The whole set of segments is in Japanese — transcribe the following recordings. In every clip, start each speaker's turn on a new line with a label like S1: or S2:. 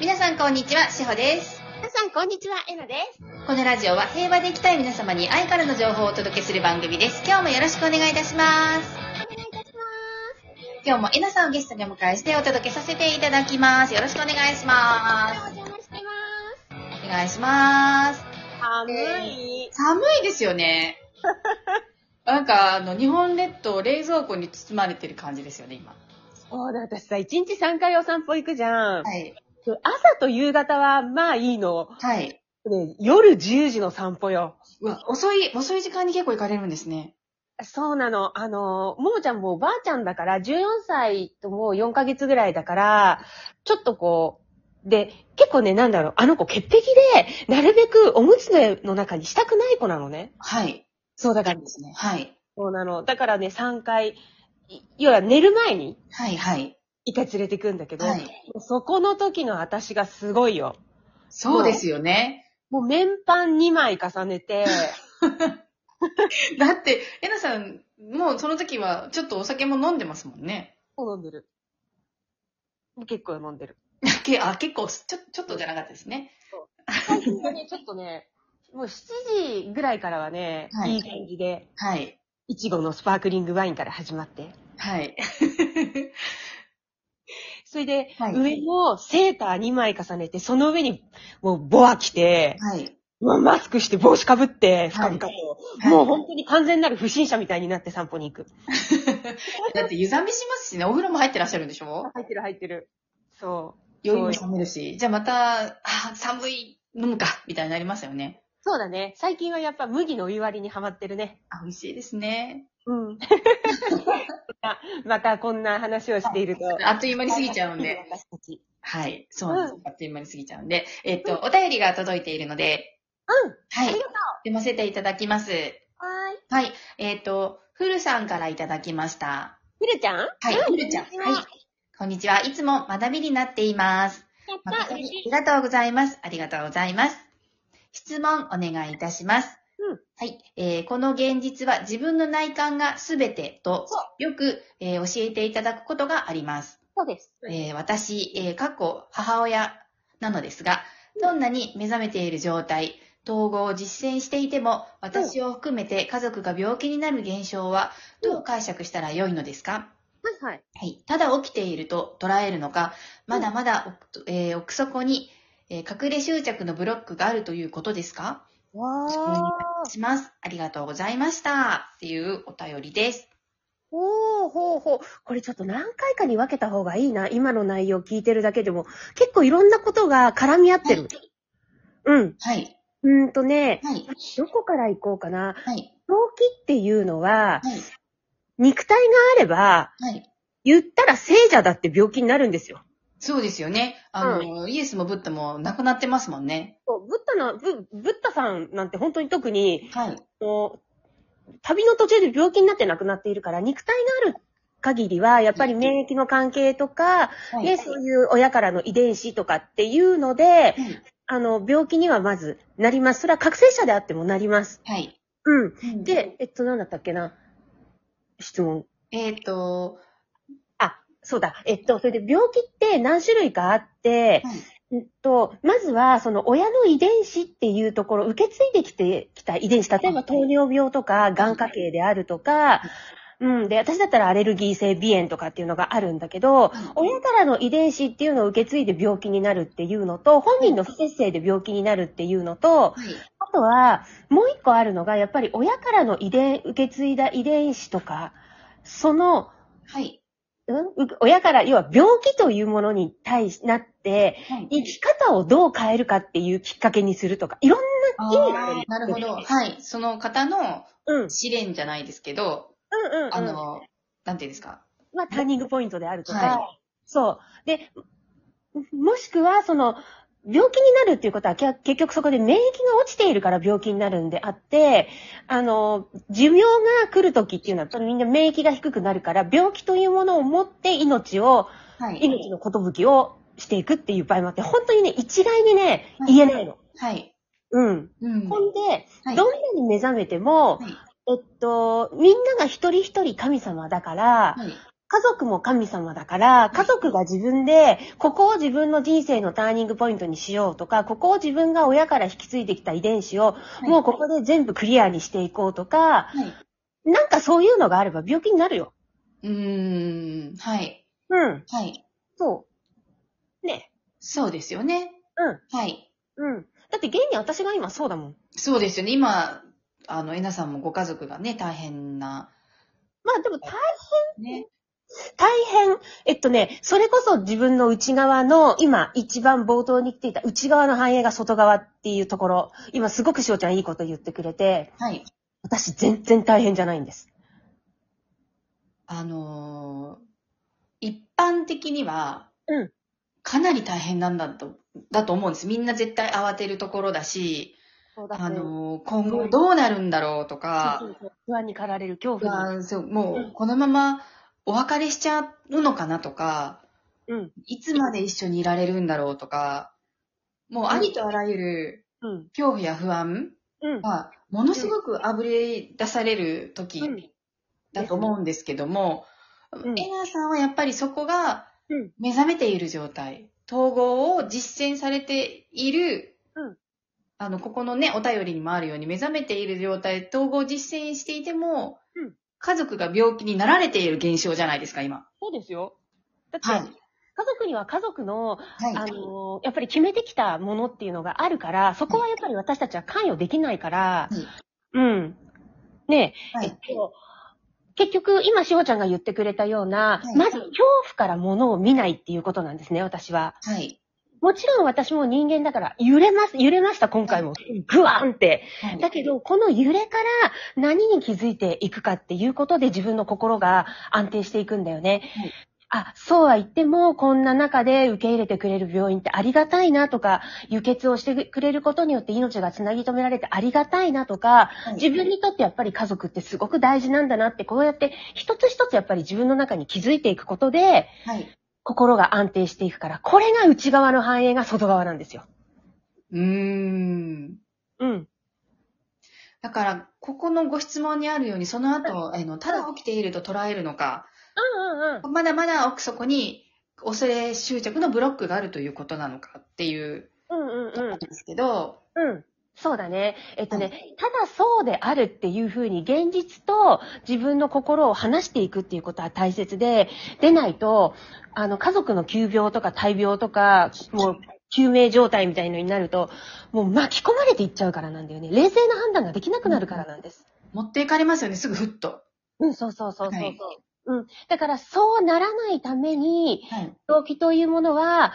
S1: 皆さんこんにちは、しほです。
S2: 皆さん、こんにちは。えなです。
S1: このラジオは平和で生きたい皆様に愛からの情報をお届けする番組です。今日もよろしくお願いいたします。
S2: お願いいたします。
S1: 今日もえなさんをゲストにお迎えしてお届けさせていただきます。よろしくお願いします。
S2: お邪魔してます。
S1: お願いします。
S2: 寒
S1: い。寒いですよ ね。なんか、あの、日本列島冷蔵庫に包まれてる感じですよね、今。
S2: そうだ、私さ、1日3回お散歩行くじゃん。
S1: はい。
S2: 朝と夕方は、まあいいの。
S1: はい。
S2: ね夜10時の散歩よ。
S1: うわ、遅い、遅い時間に結構行かれるんですね。
S2: そうなの。あの、ももちゃんもおばあちゃんだから、14歳ともう4ヶ月ぐらいだから、ちょっとこう、で、結構ね、なんだろう、あの子潔癖で、なるべくおむつの中にしたくない子なのね。
S1: はい。
S2: そう
S1: そ
S2: だか
S1: う
S2: ら
S1: で、すね。はい。
S2: そうなの。だからね、3回、い要は寝る前に、
S1: はい、はい。
S2: 一回連れてくんだけど、
S1: はい。
S2: そこの時の私がすごいよ。
S1: そうですよね。
S2: もう綿パン2枚重ね て、
S1: だって、えなさん、もうその時はちょっとお酒も飲んでますもんね。
S2: 飲んでる。結構飲んで る。
S1: けあ、結構、ちょ、ちょっとじゃなかったですね。
S2: 最近はね、ちょっとね、もう7時ぐらいからはね、
S1: はい
S2: い、い感じで、
S1: はい。
S2: いちごのスパークリングワインから始まって。
S1: はい。
S2: それで、
S1: はい
S2: 上もセーター2枚重ねて、その上にもうボア着て、
S1: はい。
S2: うわマスクして帽子かぶって、ふ
S1: はい
S2: かふかと。
S1: はい
S2: もう本当に完全なる不審者みたいになって散歩に行く。
S1: だって湯冷めしますしね、お風呂も入ってらっしゃるんでしょ
S2: 入ってる入ってる。そう。
S1: 酔いも冷めるし。じゃあまた、あー、寒い、飲むか、みたいになりますよね。
S2: そうだね。最近はやっぱ麦のお湯割りにハマってるね。
S1: あ、美味しいですね。
S2: うん。 またこんな話をしていると。
S1: あっという間に過ぎちゃうんで。
S2: 私たち。
S1: はい。そうなんです。あっという間に過ぎちゃうんで。えっと、お便りが届いているので、
S2: うん。
S1: は
S2: あ
S1: い
S2: りがと。
S1: 読ませていただきます。
S2: う。はーい。
S1: はい。えっと、ふるさんからいただきました。
S2: みるちゃん
S1: はい、ふるちゃん。
S2: は。
S1: はいい。こんにちは。いつも学びになっています。
S2: やった。
S1: 誠
S2: 嬉
S1: に
S2: しい。
S1: ありがとうございます。ありがとうございます。質問お願いいたします。
S2: うん
S1: はい、えーこの現実は自分の内観が全てと
S2: そ
S1: よく、えー教えていただくことがあります。
S2: そうです。
S1: えー私、えー過去母親なのですが、
S2: うん
S1: どんなに目覚めている状態、統合を実践していても、私を含めて家族が病気になる現象はどう解釈したらよいのですか、
S2: はいはい。
S1: はい。ただ起きていると捉えるのか、まだまだ奥,、えー奥底に、えー隠れ執着のブロックがあるということですか
S2: わー。
S1: します。ありがとうございました。っていうお便りです。
S2: ほうほうほう。これちょっと何回かに分けた方がいいな。今の内容聞いてるだけでも、結構いろんなことが絡み合ってる。うん。
S1: はい。
S2: うーんとね、
S1: はい。
S2: どこから行こうかな。
S1: はい。
S2: 病気っていうのは、
S1: はい。
S2: 肉体があれば、
S1: はい。
S2: 言ったら聖者だって病気になるんですよ。
S1: そうですよね。あの、イエスもブッダも亡くなってますもんね。
S2: そうブッダの、ブブッダさんなんて本当に特に、
S1: はい。
S2: もう旅の途中で病気になって亡くなっているから、肉体がある限りは、やっぱり免疫の関係とか、
S1: はい。
S2: ね、そういう親からの遺伝子とかっていうので、
S1: はい
S2: あの、病気にはまずなります。それは覚醒者であってもなります。
S1: はい。
S2: うん。
S1: うん、
S2: で、えっと、なんだったっけな質問。
S1: えっ、と、
S2: あ、そうだ。えっと、それで病気って何種類かあって、
S1: はい
S2: えっと、まずは、その親の遺伝子っていうところ、受け継いできてきた遺伝子、例えば糖尿病とか、眼科系であるとか、うん。で、私だったらアレルギー性鼻炎とかっていうのがあるんだけど、親からの遺伝子っていうのを受け継いで病気になるっていうのと、本人の不節制で病気になるっていうのと、
S1: はい。
S2: あとは、もう一個あるのが、やっぱり親からの遺伝、受け継いだ遺伝子とか、その、
S1: はい。
S2: うん、う親から、要は病気というものに対しなって、
S1: はい。
S2: 生き方をどう変えるかっていうきっかけにするとか、いろん
S1: あ
S2: 意味がある
S1: ーなるほど。はい。その方の
S2: な、うん、うん、
S1: 試練じゃないですけど、
S2: うん、うん。
S1: あの、なんていうんですか。
S2: まあ、ターニングポイントであるとか、
S1: は
S2: そう。で、もしくは、その、病気になるっていうことは、け結局そこで免疫が落ちているから病気になるんであって、あの、寿命が来るときっていうのは、みんな免疫が低くなるから、病気というものを持って命を、
S1: は
S2: 命の寿をしていくっていう場合もあって、本当にね、一概にね
S1: は、い
S2: 言えないの。
S1: はい。
S2: うん。
S1: うん
S2: ほんで、
S1: はい
S2: どんなに目覚めても、
S1: はい
S2: えっと、みんなが一人一人神様だから、
S1: はい。
S2: 家族も神様だから、家族が自分で、ここを自分の人生のターニングポイントにしようとか、ここを自分が親から引き継いできた遺伝子を、
S1: い
S2: もうここで全部クリアにしていこうと
S1: は
S2: か、
S1: い。
S2: なんかそういうのがあれば病気になるよ。
S1: うーん。はい。
S2: うん。
S1: はい。
S2: そう。ね。
S1: そうですよね。はい。
S2: うん。うん。だって現に私が今そうだもん。
S1: そうですよね。今、あの、えなさんもご家族がね、大変な。
S2: まあでも大
S1: ね。
S2: 大変、えっとね、それこそ自分の内側の、今一番冒頭に来ていた内側の反映が外側っていうところ、今すごくしおちゃんいいこと言ってくれて、
S1: はい。
S2: 私全然大変じゃないんです。
S1: あのー一般的には、
S2: うん
S1: かなり大変なんだと、だと思うんです。みんな絶対慌てるところだし、
S2: そうだ
S1: あのー今後どうなるんだろうとか、
S2: 不安に駆られる恐
S1: 不
S2: 怖に。
S1: 安そうもうこのままお別れしちゃうのかなとか、
S2: うん。
S1: いつまで一緒にいられるんだろうとか、もうありとあらゆる
S2: うん。
S1: 恐怖や不安
S2: うん。
S1: がものすごくあぶれ出される時
S2: うん
S1: だと思うんですけども、
S2: うん
S1: エナさんはやっぱりそこが
S2: うん
S1: 目覚めている状態、統合を実践されている、
S2: うん
S1: あの、ここのね、お便りにもあるように目覚めている状態、統合を実践していても、
S2: うん
S1: 家族が病気になられている現象じゃないですか、今。
S2: そうですよ。だって、
S1: はい。
S2: 家族には家族
S1: は
S2: の、
S1: い。
S2: あのやっぱり決めてきたものっていうのがあるから、そこはやっぱり私たちは関与できないから、
S1: はい
S2: うん。ね
S1: は
S2: え、
S1: い。
S2: えっと結局、今、しおちゃんが言ってくれたような、
S1: はい
S2: まず恐怖から物を見ないっていうことなんですね、私は。
S1: はい。
S2: もちろん私も人間だから、揺れます、揺れました、今回も。グワーンって。
S1: はい
S2: だけど、この揺れから何に気づいていくかっていうことで自分の心が安定していくんだよね。
S1: はい
S2: あ、そうは言っても、こんな中で受け入れてくれる病院ってありがたいなとか、輸血をしてくれることによって命がつなぎ止められてありがたいなとか、
S1: はい
S2: 自分にとってやっぱり家族ってすごく大事なんだなって、こうやって一つ一つやっぱり自分の中に気づいていくことで、
S1: はい。
S2: 心が安定していくから、これが内側の反映が外側なんですよ。
S1: うーん。
S2: うん。
S1: だから、ここのご質問にあるように、その後、あの、ただ起きていると捉えるのか、
S2: うんうんうん。
S1: まだまだ奥底に恐れ執着のブロックがあるということなのかっていう
S2: うんうんうん
S1: こと。ですけど、
S2: うん。そうだね。えっとね、ただそうであるっていうふうに現実と自分の心を離していくっていうことは大切で、でないと、あの、家族の急病とか大病とか、もう、救命状態みたいのになると、もう巻き込まれていっちゃうからなんだよね。冷静な判断ができなくなるからなんです。
S1: 持っていかれますよね、すぐふっと。
S2: うん、そうそうそうそうそう。
S1: はい
S2: うん。だから、そうならないために、
S1: はい。
S2: 病気というものは、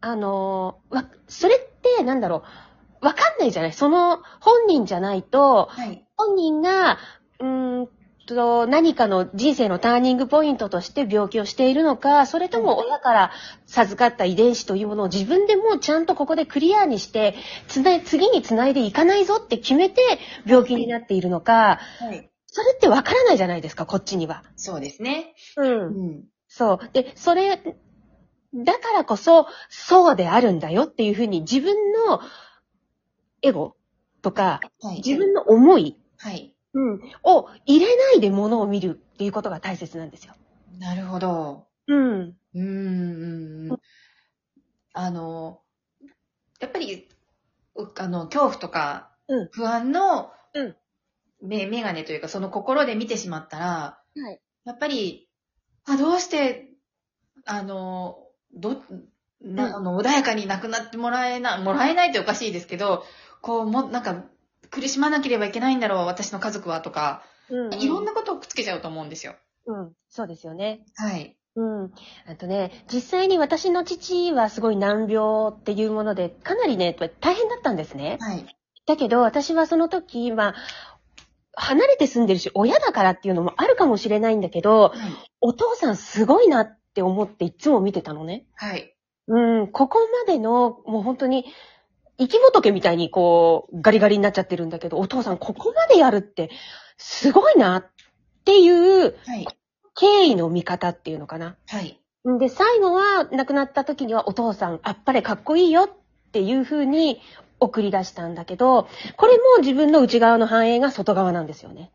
S2: あの、わ、それってなんだろう、わかんないじゃないその本人じゃないと、
S1: はい。
S2: 本人が、うーんと、何かの人生のターニングポイントとして病気をしているのか、それとも親から授かった遺伝子というものを自分でもうちゃんとここでクリアにして、つな次につないでいかないぞって決めて病気になっているのか、
S1: はい。
S2: それってわからないじゃないですか、こっちには。
S1: そうですね。
S2: うん
S1: ん。
S2: そう。で、それ、だからこそ、そうであるんだよっていうふうに、自分のエゴとか、
S1: はい。
S2: 自分の思い、
S1: はい。
S2: うん、を入れないで物を見るっていうことが大切なんですよ。
S1: なるほど。
S2: うん。
S1: うーん。あの、やっぱり、うあの、恐怖とか
S2: うん、
S1: 不安の、
S2: うん
S1: め、メガネというか、その心で見てしまったら、
S2: はい。
S1: やっぱり、あ、どうして、あの、ど、
S2: うん
S1: なあの穏やかになくなってもらえな、もらえないっておかしいですけど、こう、も、なんか、苦しまなければいけないんだろう、私の家族は、とか、
S2: うん、
S1: いろんなことをくっつけちゃうと思うんですよ。
S2: うん。そうですよね。
S1: はい。
S2: うん。あとね、実際に私の父はすごい難病っていうもので、かなりね、大変だったんですね。
S1: はい。
S2: だけど、私はその時、まあ、離れて住んでるし、親だからっていうのもあるかもしれないんだけど、
S1: はい。
S2: お父さんすごいなって思っていつも見てたのね。
S1: はい。
S2: うん、ここまでの、もう本当に、生き仏みたいにこう、ガリガリになっちゃってるんだけど、お父さんここまでやるって、すごいなっていう、
S1: はい。
S2: 敬意の見方っていうのかな。
S1: はい。
S2: んで、最後は、亡くなった時にはお父さん、あっぱれかっこいいよっていう風に送り出したんだけど、これも自分の内側の反映が外側なんですよね。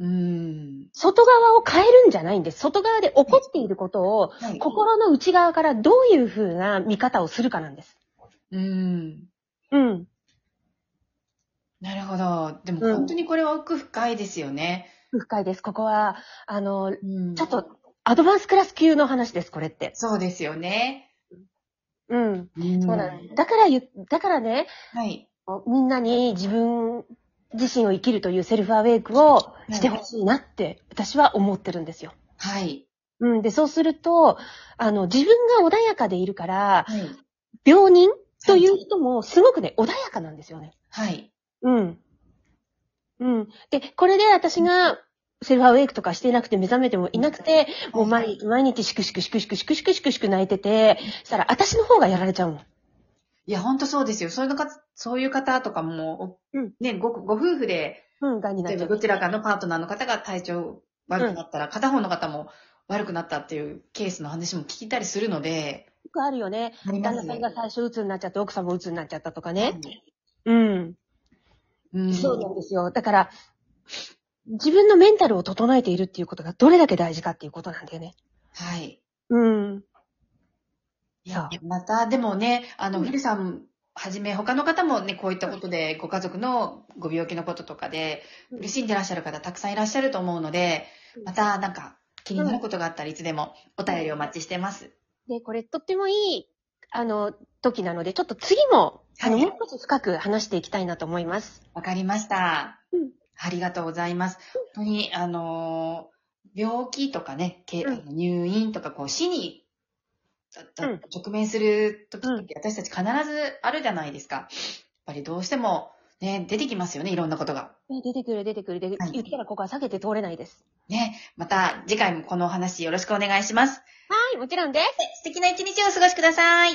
S1: うん。
S2: 外側を変えるんじゃないんです。外側で起こっていることを、
S1: はい。
S2: 心の内側からどういうふうな見方をするかなんです。
S1: うん。
S2: うん。
S1: なるほど。でも
S2: うん
S1: 本当にこれは奥深いですよね。
S2: 深いです。ここは、あの、
S1: うん。
S2: ちょっと、アドバンスクラス級の話です、これって。
S1: そうですよね。
S2: うん。
S1: うん
S2: そうなんですだからゆ、だからね、
S1: はい。
S2: みんなに自分自身を生きるというセルフアウェイクをしてほしいなって、私は思ってるんですよ。
S1: はい。
S2: うん。で、そうすると、あの、自分が穏やかでいるから、
S1: はい。
S2: 病人という人もすごくね、穏やかなんですよね。
S1: はい。
S2: うん。うん。で、これで私が、セルフアウェイクとかしてなくて目覚めてもいなくて、もう毎日、毎日、しくしくしくしくしくしくしくしく泣いてて、したら、私の方がやられちゃうもん。
S1: いや、本当そうですよ。そういうか、そういう方とかも、お
S2: うん
S1: ね、ご、ご夫婦で、
S2: うん、癌になっ
S1: 例え
S2: ちゃ
S1: ば
S2: う
S1: ど。ちらかのパートナーの方が体調悪くなったら、片方の方も悪くなったっていうケースの話も聞いたりするので、
S2: よくあるよね。
S1: あり
S2: 旦
S1: ま
S2: 那
S1: す
S2: さんが最初鬱になっちゃって、奥さんも鬱になっちゃったとかね。
S1: ね。
S2: うん。
S1: うん。
S2: そうなんですよ。だから、自分のメンタルを整えているっていうことがどれだけ大事かっていうことなんだよね。
S1: はい。
S2: うん。
S1: いや
S2: そ、
S1: また、でもね、あの、
S2: うん
S1: フルさんはじめ他の方もね、こういったことで、ご家族のご病気のこととかで、
S2: うん
S1: 苦しんでらっしゃる方たくさんいらっしゃると思うので
S2: う、ん
S1: またなんか気になることがあったらいつでもお便りお待ちしてます。
S2: で、これとってもいい、あの、時なので、ちょっと次も、あの、
S1: はい
S2: もう少し深く話していきたいなと思います。
S1: わかりました
S2: うん。
S1: ありがとうございます。本当に、あのー病気とかね、け
S2: うん
S1: あの入院とか、こう、死に、だだ
S2: うん
S1: 直面する時
S2: うん
S1: って私たち必ずあるじゃないですか。やっぱりどうしても、ね、出てきますよね、いろんなことが。
S2: ね出てくる、出てくる。で、
S1: はい
S2: 言ったらここは避けて通れないです。
S1: ね、また次回もこのお話よろしくお願いします。
S2: はい、もちろんです。
S1: 素敵な一日をお過ごしください。